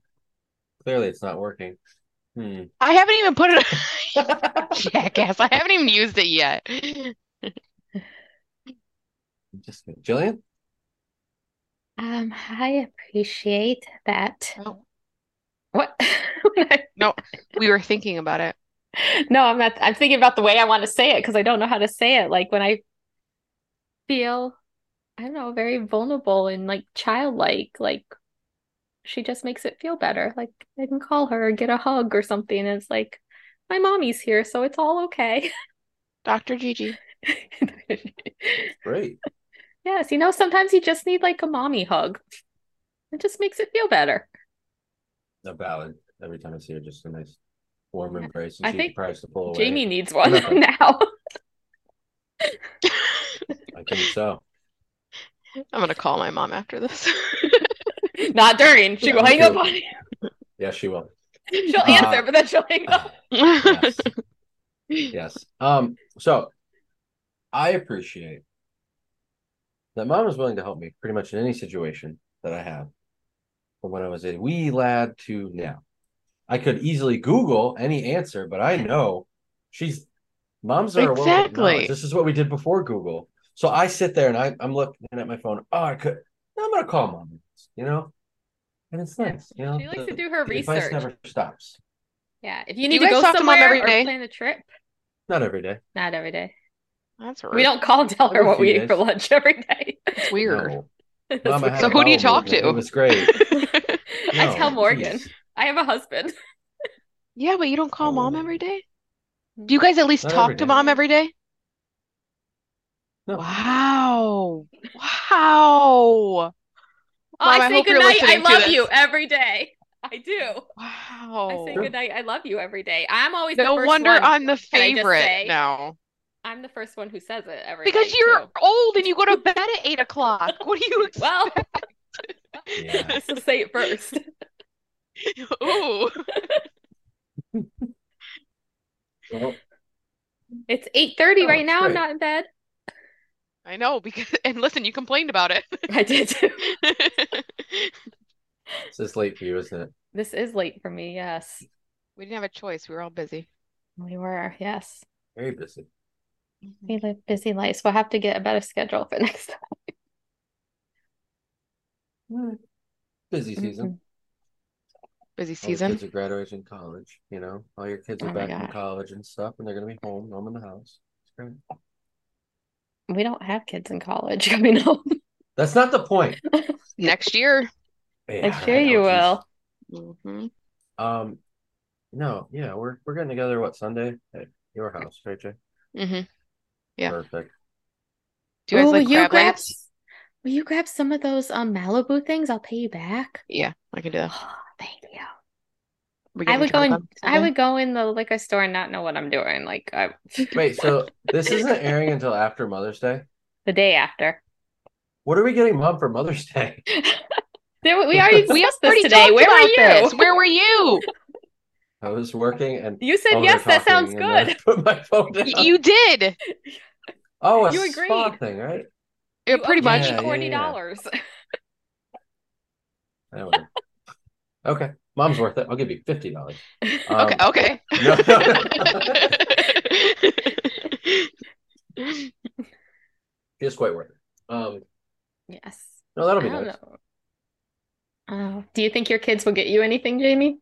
Clearly, it's not working. Hmm.
I haven't even put it [laughs] Jackass. I haven't even used
[laughs]
it yet.
[laughs]
Just Jillian.
Um, I appreciate that.
Oh,
What? [laughs]
we were thinking about it.
No, I'm not. I'm thinking about the way I want to say it because I don't know how to say it. Like when I feel, I don't know, very vulnerable and like childlike, like she just makes it feel better. Like I can call her or get a hug or something. And it's like, my mommy's here, so it's all okay. [laughs]
Dr. Gigi.
Great.
Yes, you know, sometimes you just need like a mommy hug. It just makes it feel better.
a ballad every time I see her, just a nice warm embrace. And
I
she
think
tries to pull away.
Jamie needs one
Nothing.
[laughs] now.
I think so.
[laughs] I'm gonna call my mom after this.
[laughs] Not during. She will
Me
hang up
too.
on you.
[laughs]
Yes, she
[laughs]
will.
She'll
Uh,
answer, but then she'll hang up. [laughs]
yes. yes. Um, so I appreciate that mom is willing to help me pretty much in any situation that I have. From when I was a wee lad to now. I could easily Google any answer, but I know she's moms are a world of
Exactly.
knowledge. This is what we did before Google. So I sit there and I, I'm looking at my phone. Oh, I could. I'm gonna call mom. You know, and it's nice. You know,
She likes to
the-
do her
the advice
research.
never stops.
Yeah, if you need
guys
to go
talk to mom
somewhere
every
or
day?
plan a trip,
Not every day.
not every day.
That's
We
rude.
don't call and tell her
Every
what
few
we eat for
days.
lunch every day.
It's weird.
No. [laughs]
[laughs]
Mom, I had
So
a
who do you
bowel
talk
movement.
to?
It was great.
I tell
No,
Morgan.
jeez.
I have a husband.
[laughs] Yeah, but you don't call
Oh,
mom
man.
every day? Do you guys at least
Not
talk
every
to
day.
mom every day?
No.
Wow. Wow.
Oh, I
Mom, I
say
hope you're
goodnight. Oh, I
listening to
love
this.
you every day. I do. I
Wow.
Oh.
say goodnight. I love you every day. I'm always the
No
first
wonder
one.
I'm the
I just
favorite
say?
now.
I'm the first one who says it every
Because
night,
you're
too.
old and you go to bed at eight o'clock.
[laughs]
What do you
Well,
Yeah.
so say it first.
expect? Ooh.
Well,
It's 8:30
Oh,
right now. I'm
great.
not in bed. [laughs]
I know because and listen, you complained about it.
[laughs] I did too.
this is late for you, isn't it?
This is late for me. Yes.
[laughs] We didn't have a choice. We were all busy.
We were. Yes.
Very busy.
We live busy lives. We'll have to get a better schedule for [laughs] next time.
Busy
Mm-hmm.
season. All
Busy
your
season.
kids are graduating college. You know, all your kids are
Oh my
back from
God.
college and stuff, and they're gonna be home, home in the house. It's great.
We don't have kids in college [laughs] coming home.
That's not the
[laughs]
point.
Next year.
I'm
Yeah,
sure
I know,
you
geez.
will.
Mm-hmm.
Um, no, yeah, we're we're getting together what Sunday at your house, right, Jay?
Mm-hmm. Yeah.
Perfect.
Do you guys
Ooh,
like crab
grab
legs?
s- Will you grab some of those um Malibu things? I'll pay you back.
Yeah, I can do that.
Oh, thank you.
We
I
getting
would go in.
drunk on
I
Sunday?
would go in the liquor store and not know what I'm doing. Like I,
Wait, so this isn't airing until after Mother's Day.
the day after.
What are we getting mom for Mother's Day? [laughs]
There, we already
We
discussed
already
this today.
talked
Where were
about
you?
this. Where
[laughs]
were you?
I was working and
You said
over
yes. That sounds
talking, and then I
good.
[laughs] Put my phone down.
Y- You did.
oh, a
you
spa
agreed.
thing, right?
Yeah,
You
pretty
owe
much.
me
Yeah, yeah,
forty
yeah.
dollars.
Anyway. okay, mom's worth it. I'll give you fifty dollars. Uh, Um,
Okay, okay. [laughs]
oh.
No, [laughs] it's quite worth it. Um,
[laughs] Yes.
no, that'll
I
be
don't
nice.
know. Oh, do you think your kids will get you anything, Jamie?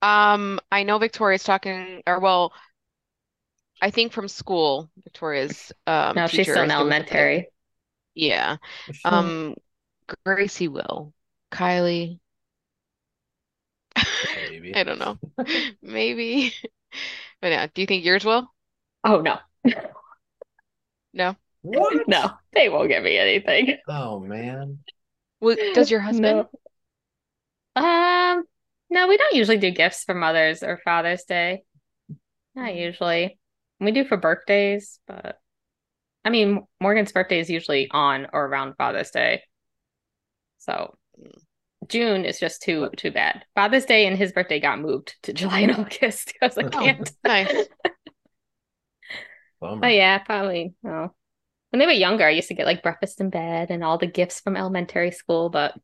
Um, I know Victoria's talking, or well, I think from school, Victoria's um
No, she's
teacher
still
is
in
doing something.
elementary.
Yeah. Um, Gracie will. Kylie,
Maybe.
I don't [laughs] know. Maybe. [laughs] But yeah, do you think yours will?
Oh no,
No.
What?
[laughs] no, they won't get me anything.
Oh man.
Well, does [laughs] your husband?
[laughs] No. Um, no, we don't usually do gifts for Mother's or Father's Day. Not
Mhm.
usually. We do for birthdays, but I mean, Morgan's birthday is usually on or around Father's Day. So June is just too too bad. Father's Day and his birthday got moved to July and [laughs] August because I
Oh.
can't.
Nice.
Bummer.
But Oh, yeah, probably no. When they were younger, I used to get like breakfast in bed and all the gifts from elementary school, but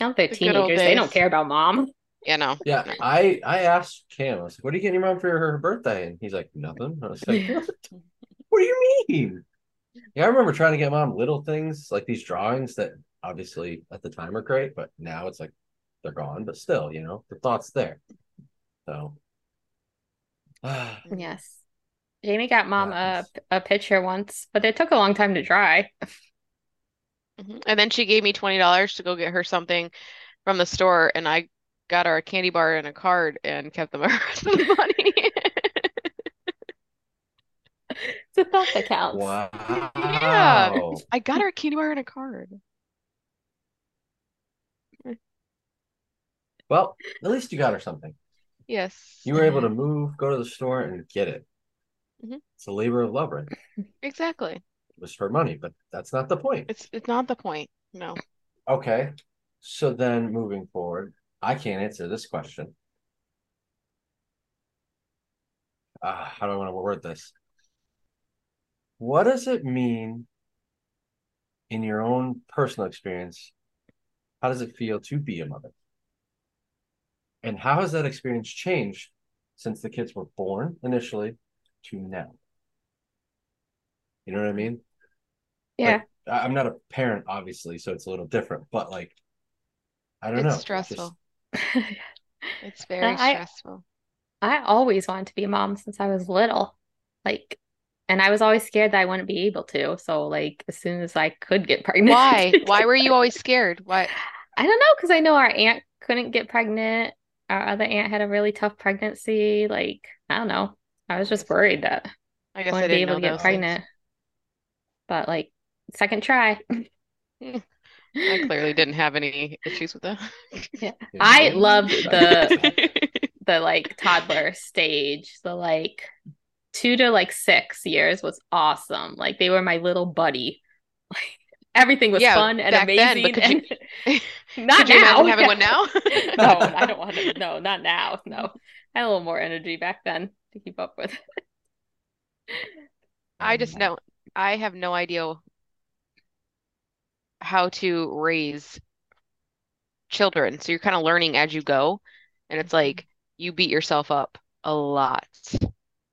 now they're
The good old
teenagers. They don't
days.
care about mom.
Yeah, no.
Yeah,
No.
I I asked Cam. I was like, "What are you getting your mom for her birthday?" And he's like, "Nothing." I was like, "What? What do you mean?" Yeah, I remember trying to get mom little things like these drawings that obviously at the time are great, but now it's like they're gone. But still, you know, the thought's there. So, [sighs] ah,
[laughs] Yes. Jamie got mom a,
Happens.
a picture once, but it took a long time to dry. [laughs]
Mhm. And then she gave me $20 to go get her something from the store, and I got her a candy bar and a card and kept the [laughs] rest of the money.
It's a thought [laughs] that counts.
wow.
[laughs] I got her a candy bar and a card.
Well, at least you got her something.
Yes.
You were able to move, go to the store, and get it.
Mhm.
It's a labor of love, right? It
Mm-hmm. Exactly.
was her money, but that's not the point.
It's it's not the point. No.
Okay. So then moving forward, I can't answer this question. Uh, how do I want to word this? What does it mean in your own personal experience? How does it feel to be a mother? And how has that experience changed since the kids were born initially to now? You know what I mean?
Yeah. [laughs]
Like, I- I'm not a parent, obviously, so it's a little different, but like, I don't
It's
know.
stressful. It's very
I-
stressful.
I always wanted to be a mom since I was little. Like, and I was always scared that I wouldn't be able to. So, like, as soon as I could get pregnant, [laughs]
[laughs] Why? Why were you always scared? Why?
I don't know, because I know our aunt couldn't get pregnant. Our other aunt had a really tough pregnancy. Like, I don't know. I was just worried that
I
I
guess I
wouldn't be
didn't
able
know
to get
those things. [laughs]
pregnant. But like, second try.
I clearly didn't have any issues with that.
I loved the- the like toddler stage, the like two to like six years was awesome. Like they were my little buddy. [laughs] Like everything was
Yeah,
fun and
back then,
amazing.
but could you-
and- [laughs] not
[laughs] [laughs] Could you
now.
imagine having one now?
[laughs]
no, I don't want to. No, not now. No, I had a little more energy back then to keep up with.
[laughs] I just know I have no idea how to raise children. So you're kind of learning as you go, and
Mm-hmm.
it's like you beat yourself up a lot,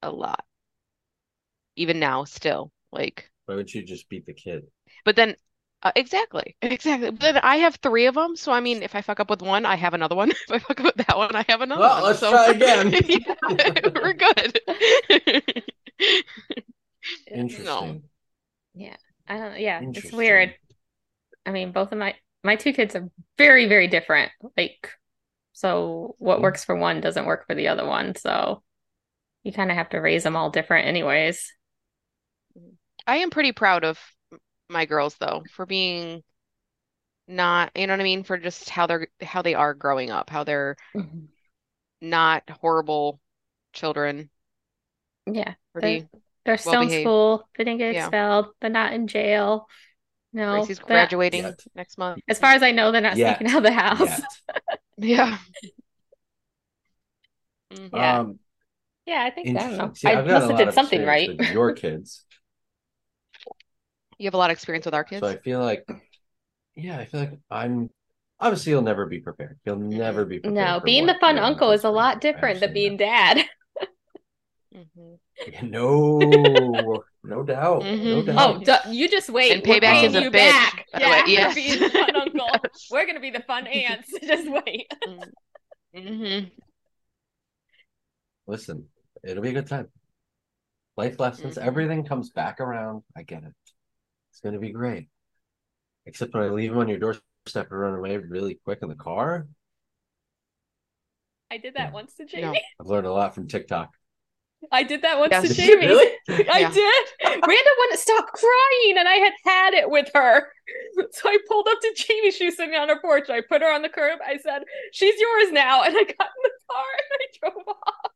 a lot. Even now, still. Like,
Why would you just beat the kid?
but then uh, exactly, [laughs] exactly. But then I have three of them, so I mean, if I fuck up with one, I have another one. [laughs] If I fuck up with that one, I have another
Well,
one.
let's
So [laughs]
try again.
yeah, we're good. [laughs]
Interesting.
I don't. Yeah, it's
Interesting.
weird. [laughs] I mean, both of my my two kids are very very different. Like, so
Mm-hmm.
what works for one doesn't work for the other one. So you kind of have to raise them all different, anyways.
I am pretty proud of my girls though for being not, you know what I mean, for just how they're how they are growing up, how they're
Mm-hmm.
not horrible children,
Yeah,
pretty
they're still in
Well-behaved.
school. They didn't get
Yeah.
expelled. They're not in jail. No,
Gracie's
they're not-
graduating
Yet.
next month. [laughs]
as far as I know, they're not
Yet.
sneaking out of the house.
Yet.
Yeah. Mm-hmm.
Yeah.
Um,
[laughs] Yeah, I think I don't know.
interesting. See,
I
I've got a
must have
lot
did
of
something
experience
right.
with your
[laughs]
kids.
You have a lot of experience with our kids.
So I feel like, yeah, I feel like I'm obviously you'll never be prepared. You'll never be prepared.
No,
for
being
what
the fun
your own
uncle is a
kids
lot
do. I
different than being
understand
dad.
Mhm.
that.
[laughs]
No, no doubt, no
Mhm.
doubt.
[laughs] Oh, duh, you just wait.
And
We're
payback
paying
is a
you
bitch,
back.
by the
Yeah,
way.
we're
Yes.
being the fun uncle.
Yes.
We're gonna be the fun aunts. [laughs] Just wait.
Mhm.
Listen, it'll be a good time. Life lessons,
Mhm.
everything comes back around. I get it. It's gonna be great. Except when I leave them on your doorstep and run away really quick in the car.
I did that once to Jamie.
No.
I've learned a lot from TikTok.
I did that once to
Yes.
Jamie.
Really?
[laughs] I
Yeah.
did. Randa wouldn't stop crying, and I had had it with her. [laughs] So I pulled up to Jamie. She was sitting on her porch. I put her on the curb. I said, "She's yours now." [laughs] And I got in the car and I drove off.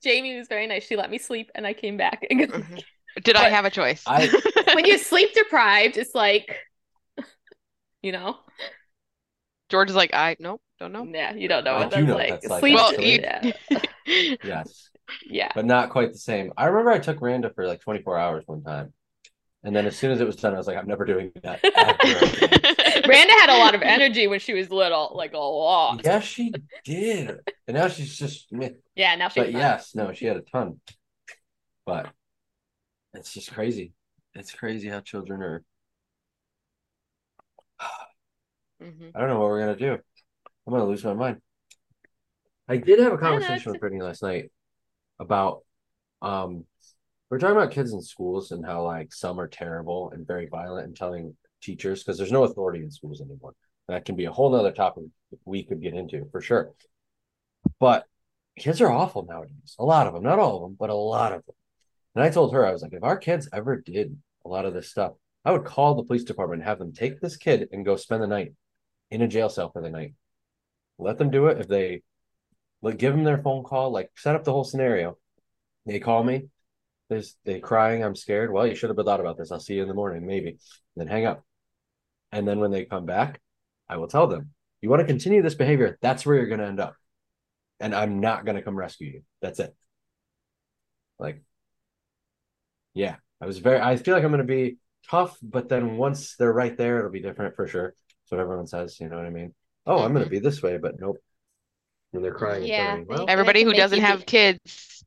Jamie was very nice. She let me sleep, and I came back.
Mhm. [laughs] Did I
Mm-hmm. But
have a choice? [laughs]
I
when you're sleep deprived, it's like, you know,
George is like, I nope, don't know.
yeah, you don't know
I
what
do
that's
know what
like.
that's like,
sleep,
Well,
actually.
you
yeah,
[laughs]
yes.
[laughs] yeah.
but not quite the same. I remember I took Randa for like 24 hours one time. And then as soon as it was done, I was like, I'm never doing that ever again.
[laughs]
Randa had a lot of energy when she was little, like a lot.
yes, she did. And now she's just meh.
Yeah, now she's
But yes, no, she had a ton. But it's just crazy. It's crazy how children are.
Mhm.
I don't know what we're gonna do. I'm gonna lose my mind. I did have a
know,
conversation
it's-
with Brittany last night about um we we're talking about kids in schools and how like some are terrible and very violent and telling teachers because there's no authority in schools anymore. That can be a whole nother topic we could get into for sure. But kids are awful nowadays. A lot of them, not all of them, but a lot of them. And I told her, I was like, if our kids ever did a lot of this stuff, I would call the police department and have them take this kid and go spend the night in a jail cell for the night. Let them do it if they like give them their phone call, like set up the whole scenario. They call me, there's they crying, I'm scared. Well, you should have thought about this. I'll see you in the morning, maybe. then hang up. And then when they come back, I will tell them, you want to continue this behavior, that's where you're gonna end up. And I'm not gonna come rescue you. That's it. Like, yeah, I was very I feel like I'm gonna be tough, but then once they're right there, it'll be different for sure. That's what everyone says, you know what I mean? Oh, I'm gonna be this way, but nope. When they're crying, and
Yeah,
telling me, well,
they
Everybody
can
who
make you
doesn't
be-
have kids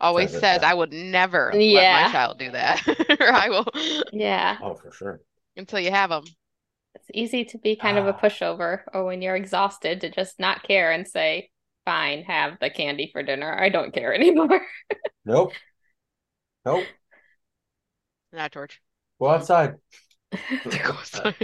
always
Says it,
says,
yeah.
I would never let my
Yeah.
child do that. [laughs] Or I will [laughs]
yeah.
oh, for sure.
until you have them.
It's easy to be kind of a
Ah.
pushover, or when you're exhausted, to just not care and say, "Fine, have the candy for dinner. I don't
[laughs]
care anymore."
Nope. Nope.
Not
[laughs]
George.
Go outside.
Go outside.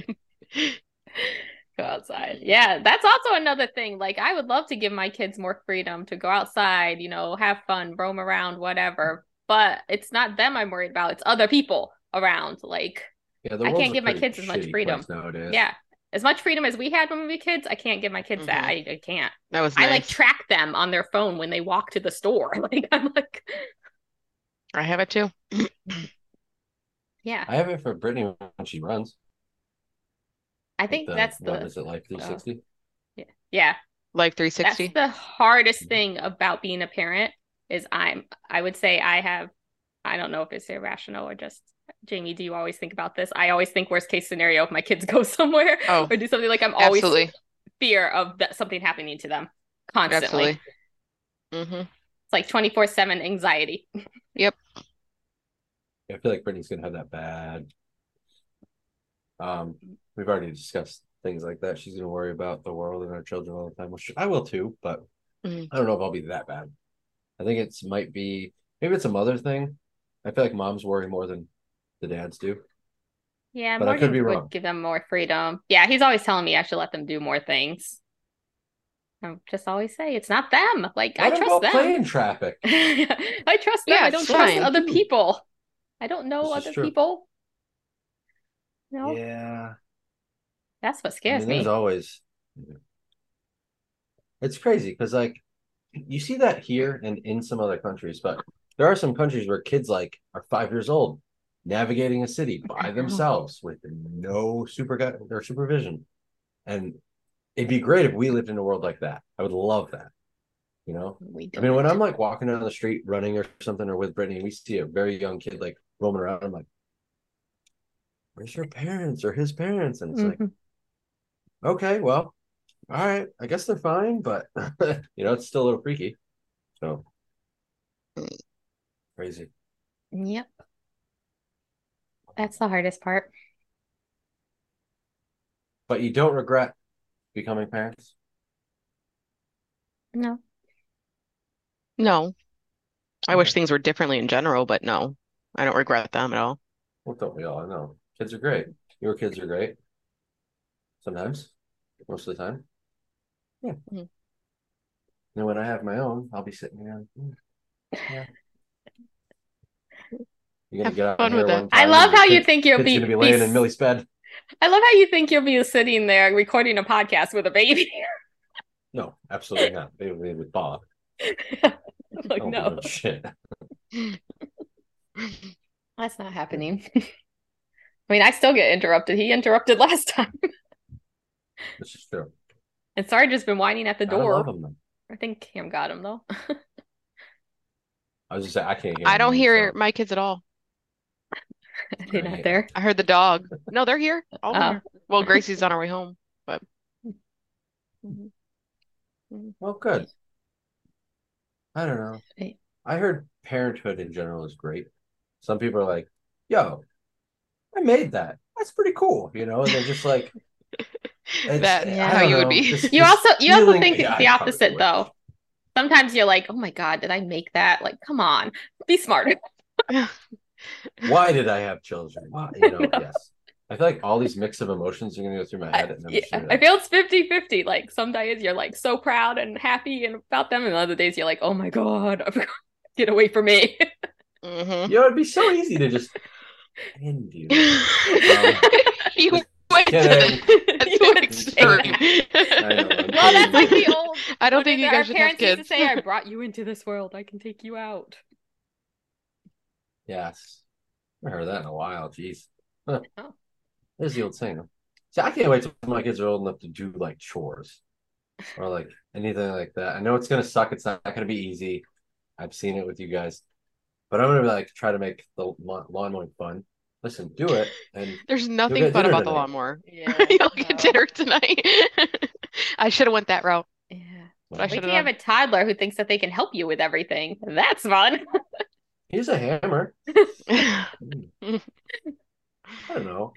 go outside. Yeah, that's also another thing. Like, I would love to give my kids more freedom to go outside, you know, have fun, roam around, whatever. But it's not them I'm worried about, it's other people around. Like,
Yeah, the
I can't
world's a
give my
pretty
kids as much
shitty
freedom.
place nowadays.
Yeah. As much freedom as we had when we were kids, I can't give my kids that. I, I can't.
[laughs] That was
I like
nice.
track them on their phone when they walk to the store. [laughs] Like I'm like,
I have it too.
yeah.
I have it for Brittany when she runs.
I think that's the
what is it like 360?
yeah.
Like
That's
360.
the
Mm-hmm.
hardest thing about being a parent is I'm I would say I have I don't know if it's irrational or just Jamie, do you always think about this? I always think worst case scenario if my kids [laughs] go somewhere
Oh,
or do something like I'm always
absolutely.
fear of that something happening to them constantly.
Absolutely.
It's
Mm-hmm.
like 24/7 anxiety.
I feel like Brittany's gonna have that bad. Um, we've already discussed things like that. She's gonna worry about the world and our children all the time, which I will too, but
Mm-hmm.
Mhm.
I don't know if I'll be that bad. I think it's might be maybe it's a mother thing. I feel like moms worry more than the dads do.
Yeah,
But I could
Morgan
be
would
wrong.
give them more freedom. Yeah, he's always telling me I should let them do more things. I just always say it's not them. Like I
Let 'em go
trust them.
play in traffic.
[laughs] I trust them.
Yeah,
I don't
it's
trust
fine.
other people. I don't know
This is
other
true.
people. No,
Yeah.
that's what
I
scares
mean, there's
me.
always it's crazy because like you see that here and in some other countries, but there are some countries where kids like are five years old navigating a city by themselves with no super gu- or supervision. And it'd be great if we lived in a world like that. I would love that. You know?
We
I
don't.
mean, when I'm like walking down the street running or something or with Brittany, we see a very young kid like roaming around. I'm like, where's your parents or his parents? And it's like
Mhm.
okay, well, all right, I guess they're fine, but [laughs] you know, it's still a little freaky. So crazy.
Mm-hmm. Yep. That's the hardest part.
But you don't regret becoming parents.
No. Mm-hmm.
No. I wish
Okay.
things were differently in general, but no, I don't regret them at all.
Well, don't we all? I know kids are great. Your kids are great. Sometimes, most of the time. Yeah.
Mm-hmm.
Mhm.
And when I have my own, I'll be sitting there. mm, Yeah. You're gonna
Have
get out
fun
here
with it.
one
I
time
love
and your
how you
kid's-
think you'll
kid's
be,
gonna be laying
be-
in Millie's bed.
I love how you think you'll be sitting there recording a podcast with a baby. [laughs]
No, absolutely not. They, they would fall.
like,
I don't
no,
give a Oh, [laughs] Shit.
that's not happening. [laughs] I mean, I still get interrupted. He interrupted [laughs] last time.
This is true.
And Sarge has been whining at the
I love
door.
him though.
I think Cam got him though. [laughs]
I was just saying I can't hear.
I
him,
don't
so-
hear my kids at all.
They're
Right.
not there.
I heard the dog. No, they're here. All of them
Oh.
are. Well, Gracie's on her way home.
Well, good. I don't know.
Right.
I heard parenthood in general is great. Some people are like, "Yo, I made that. That's pretty cool," you know, and they're just
[laughs]
like, it's-
That
I
Yeah.
don't
how you would
know,
be. [laughs]
just-
You
just
also you also
feeling-
think
Yeah,
it's
I
the
probably
opposite
would.
though. Sometimes you're like, "Oh my God, did I make that?" Like, come on, be
[laughs]
smarter.
Why did I have children? Why, you
[laughs]
know, yes. I feel like all these mix of emotions are gonna go through my
I,
head, and I'm
yeah,
just gonna be
I
like,
feel it's 50-50. Like some days you're like so proud and happy and about them, and other days you're like, "Oh my [laughs] God, get away from me." [laughs]
hmm
Um,
you know, it'd be so easy to just end you.
[laughs]
[laughs]
You went to
kidding.
the that's
[laughs] You
so
would say
extreme.
I know, I'm
well, that's like
kidding.
[laughs] the old.
I don't
what did
think you
our
guys should have
parents used
kids.
to say, "I brought you into this world. I can take you out." [laughs]
Yes. I haven't heard that in a while. Jeez. Huh.
Oh.
There's the old saying. See, I can't wait till my kids are old enough to do like chores or like anything like that. I know it's gonna suck. It's not gonna be easy. I've seen it with you guys, but I'm gonna like try to make the lawn lawn mowing fun. Listen, do it,
[laughs]
and
There's nothing
get
fun
dinner
about the
tonight.
lawnmower.
Yeah.
You'll
[laughs]
get dinner tonight. [laughs] I should have went that route.
Yeah.
Well,
I
Wait
should
till you have
have.
a toddler who thinks that they can help you with everything. That's fun.
here's a hammer.
done.
Mm. I don't know.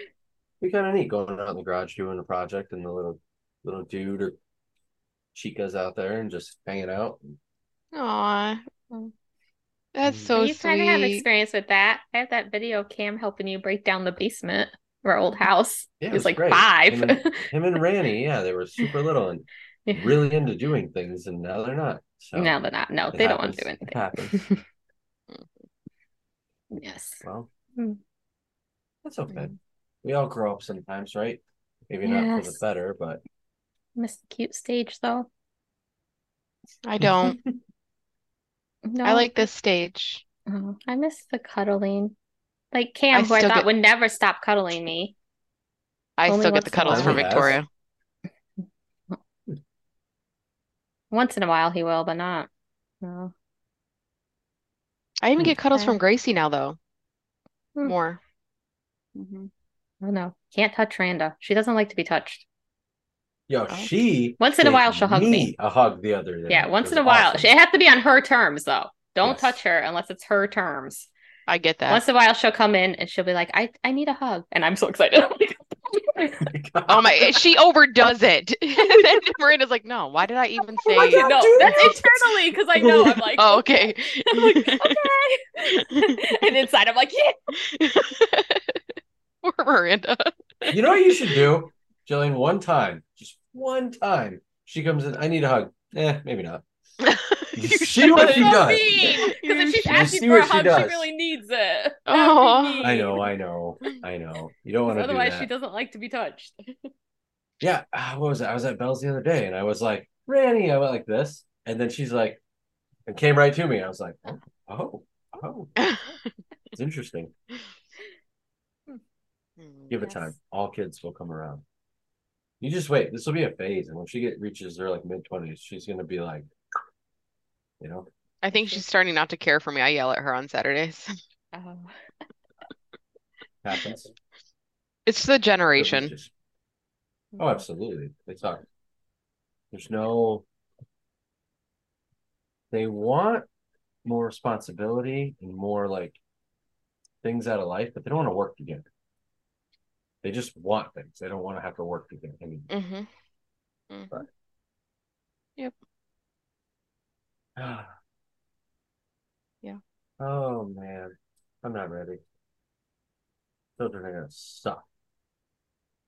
We kind of neat going out in the garage doing a project, and the little little dude or chica's out there and just hanging out.
Aw,
Mm.
that's
Mm.
so
you kind of have
sweet.
experience with that. I have that video of Cam helping you break down the basement of our old house.
Yeah, it
he was
was
like
great.
five. [laughs]
And then- Him and Ranny, yeah, they were super little and really into doing things, and now they're not. So
No, they're not. No,
it
they don't want to do
happens. It
anything.
happens.
Yes. [laughs]
Well,
Mm.
that's okay. we all grow up sometimes, right? Maybe not for the
Yes.
better, but
Miss the cute stage though.
I don't.
No,
I like this stage.
oh, I miss the cuddling. Like Cam, who I
still
thought
get-
would never stop cuddling me.
I
Only
still
once
get the
in a
cuddles from
while.
Victoria.
Once in a while he will, but not. No.
I even get cuddles from
Okay.
Gracie now, though.
Hmm.
More.
Oh no. Can't touch Randa. She doesn't like to be touched.
yo,
Oh.
she
Once in a
gave
while she'll hug me.
a hug the other day.
Yeah,
It
once
was
in a while.
awesome.
She- [laughs] It has to be on her terms though. Don't
Yes.
touch her unless it's her terms.
I get that.
Once in a while she'll come in and she'll be like, I, I need a hug. And I'm so excited. [laughs]
[laughs]
Oh my, she overdoes
[laughs]
it. [laughs] And then Miranda's like, no, why did I even
Oh my
say?
God,
no,
dude.
that's internally because I know I'm like,
[laughs] Oh, okay.
[laughs] I'm like, okay. [laughs] and inside I'm like, yeah.
[laughs] Poor
[laughs]
Miranda.
You know what you should do, Jillian? One time, just one time, she comes in. I need a hug. Eh, maybe not. You
You
see what
should.
she does.
Because if she's
You see
asking for
what
a
she
hug, she
does.
really needs it. That would be
Aw.
I
mean.
know, I know, I know. You don't want to do
Otherwise,
that.
she doesn't like to be touched.
Yeah, ah, what was it? I was at Bell's the other day, and I was like, "Ranny," I went like this, and then she's like, and came right to me. I was like, "Oh, oh, oh, it's interesting. Give it
Yes.
time. All kids will come around. You just wait. This will be a phase, and when she get reaches her like mid twenties, she's gonna be like, you know,
I think she's starting not to care for me. I yell at her on Saturdays. [laughs]
Oh.
happens.
It's the generation.
Just- Oh, absolutely. They talk. There's no. They want more responsibility and more like things out of life, but they don't want to work together. They just want things. They don't want to have to work together. I mean, [sighs]
hmm Yeah.
Oh man, I'm not ready. Children are gonna suck.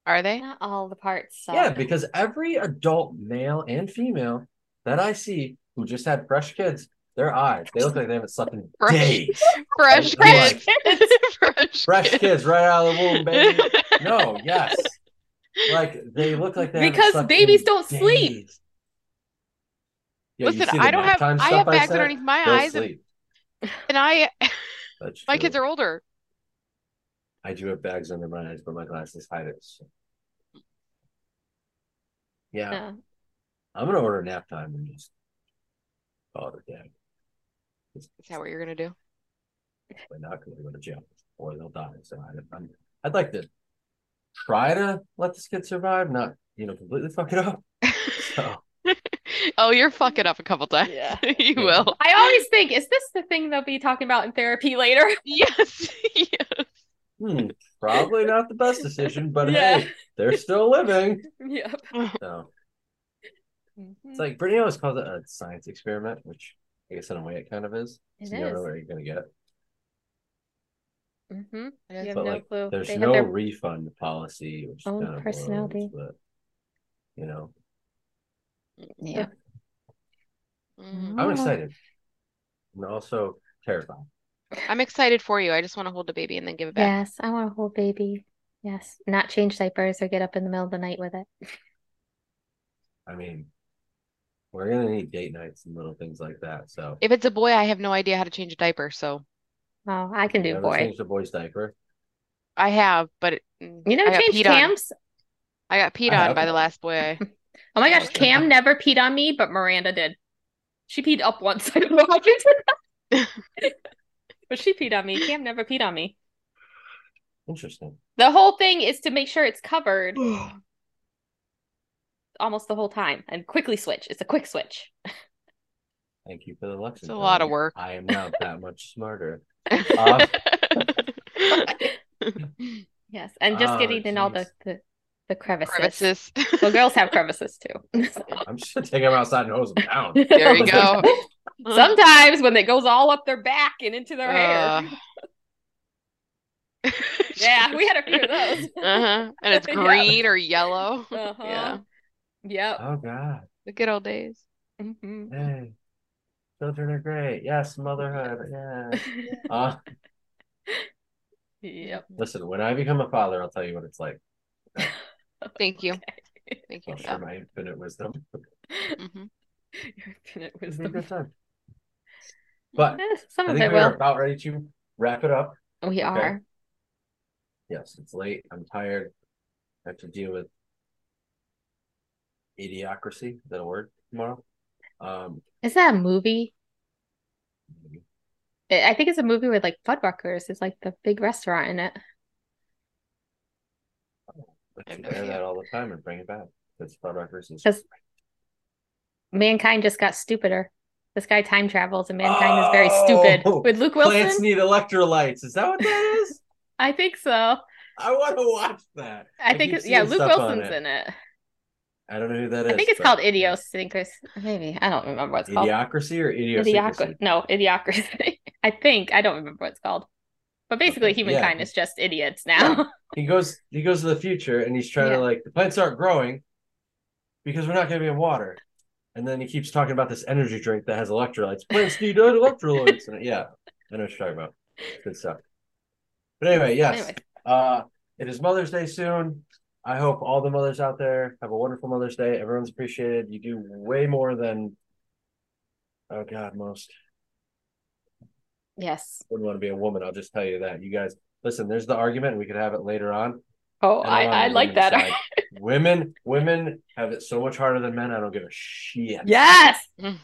Are they?
Not all the parts suck.
Yeah, because every adult male and female that I see who just had fresh kids, their eyes, they look like they haven't slept in
Fresh- [laughs]
days.
Fresh
I'm like-
kids. [laughs] Fresh
Fresh
kids.
kids right out of the womb,
[laughs]
baby. No, yes. Like they look like they haven't
Because
slept
babies
in
don't sleep.
days. Yeah, you
Listen,
see the
I don't have
nighttime
I have
stuff
bags
said?
underneath my
They'll
eyes and,
sleep.
and I
That's
my
true.
kids are older.
I do have bags under my eyes, but my glasses hide it. so. Yeah,
Yeah.
I'm gonna order nap time and just call it a day.
Is that what you're gonna do? [laughs]
They're not going to go to jail or they'll die. So I, I'm, I'd like to try to let this kid survive, not you know completely fuck it up. So
Oh, you're fucking up a couple times.
Yeah.
[laughs] You
Yeah.
will.
I always think, is this the thing they'll be talking about in therapy later? [laughs]
Yes. [laughs] Yes.
hmm, probably not the best decision, but
Yeah.
hey, they're still living.
yep.
So
Mm-hmm.
it's like Brittany always calls it a science experiment, which I guess in a way it kind of is.
It
So you don't know
is.
where you're going to get it.
Mm-hmm. You
is.
have
But,
no
like,
clue.
There's
They
no
have their
refund policy, which
own
kind of blows,
personality.
but you know,
yeah.
Mm.
I'm
Oh.
excited and also terrified.
I'm excited for you. I just want to hold the baby and then give it back.
Yes, I want a whole baby. Yes, not change diapers or get up in the middle of the night with it.
I mean, we're gonna need date nights and little things like that. So
If it's a boy, I have no idea how to change a diaper, so
Oh, I can
You
do
ever
boy.
Change the boy's diaper.
I have, but it, mm,
You never
I got
changed Oh,
peed on.
Cam's?
I got peed
I
on
have.
by the last boy.
[laughs]
I-
Oh my gosh,
Okay. [laughs]
Cam never peed on me, but Miranda did. She peed up once. [laughs] I don't know how she did [laughs] that. But she peed on me. Cam never peed on me.
Interesting.
The whole thing is to make sure it's covered almost the whole time and quickly switch. It's a quick switch.
Thank you for the lesson.
It's a lot of
Tony.
[laughs]
work.
I am now that much smarter. Uh,
Yes, and just
Oh,
getting in all
jeez.
the the, the crevices.
Crevices.
Well, girls have crevices too.
[laughs] I'm just gonna take him outside and hose him down.
There
[laughs]
you go.
Sometimes when it goes all up their back and into their [laughs]
Uh-huh.
hair.
Uh.
Yeah, we had a few of those.
[laughs] Uh-huh. And it's
[laughs] Yeah.
green or yellow.
Uh-huh.
Yeah.
Yep.
Oh God.
The good old days.
Mhm.
Hey. Children are great. Yes, motherhood. Yeah. Uh,
[laughs] Yep.
Listen, when I become a father, I'll tell you what it's like.
Thank you. Thank you.
I'll share my infinite wisdom.
hmm
Your infinite
It's a [laughs]
wisdom.
good time. But
Eh, Some
I
of
think
it
we are
will.
about ready to wrap it up.
We are.
Yes, it's late. I'm tired. I have to deal with idiocracy. Is that a word tomorrow? Um,
Is that a movie? I I think it's a movie with like Fuddruckers is like the big restaurant in it.
I should
I've
air
never-
that all the time and bring it back. That's Fuddruckers. and-
That's- Mankind just got stupider. This guy time travels and mankind is very stupid.
Oh,
With Luke
Plants
Wilson?
need electrolytes. Is that what that is?
I think so.
I want to watch that.
I think
keep
it's yeah,
seeing
Luke
stuff on
Wilson's in it.
I don't know who that is.
I think it's
but-
called Idiosyncrasy. Maybe. I don't remember what it's called.
Idiocracy or idiosyncrasy?
Idioc no, idiocracy. [laughs] I think. I don't remember what it's called. But basically
Okay, yeah.
humankind is just idiots [laughs] now.
he goes he goes to the future and he's trying
Yeah.
to like the plants aren't growing because we're not going to be in water and then he keeps talking about this energy drink that has electrolytes plants
[laughs]
need electrolytes and yeah i know what you're talking about good stuff but anyway yes
Anyway,
uh it is mother's day soon i hope all the mothers out there have a wonderful mother's day everyone's appreciated you do way more than oh god most
yes.
wouldn't want to be a woman i'll just tell you that you guys listen there's the argument we could have it later on
Oh,
And I'm
I,
on
I
the
like
women's
that. [laughs]
side. women, women have it so much harder than men. I don't give a shit.
Yes.
Okay?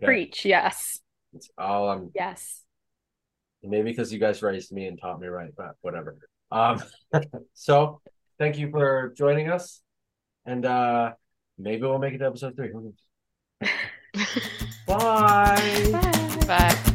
Preach. Yes.
It's all I'm.
Yes.
Maybe because you guys raised me and taught me right, but whatever. Um. [laughs] so, thank you for joining us, and uh
[laughs]
maybe we'll make it to episode three. Who knows? Bye.
Bye.
[laughs] But.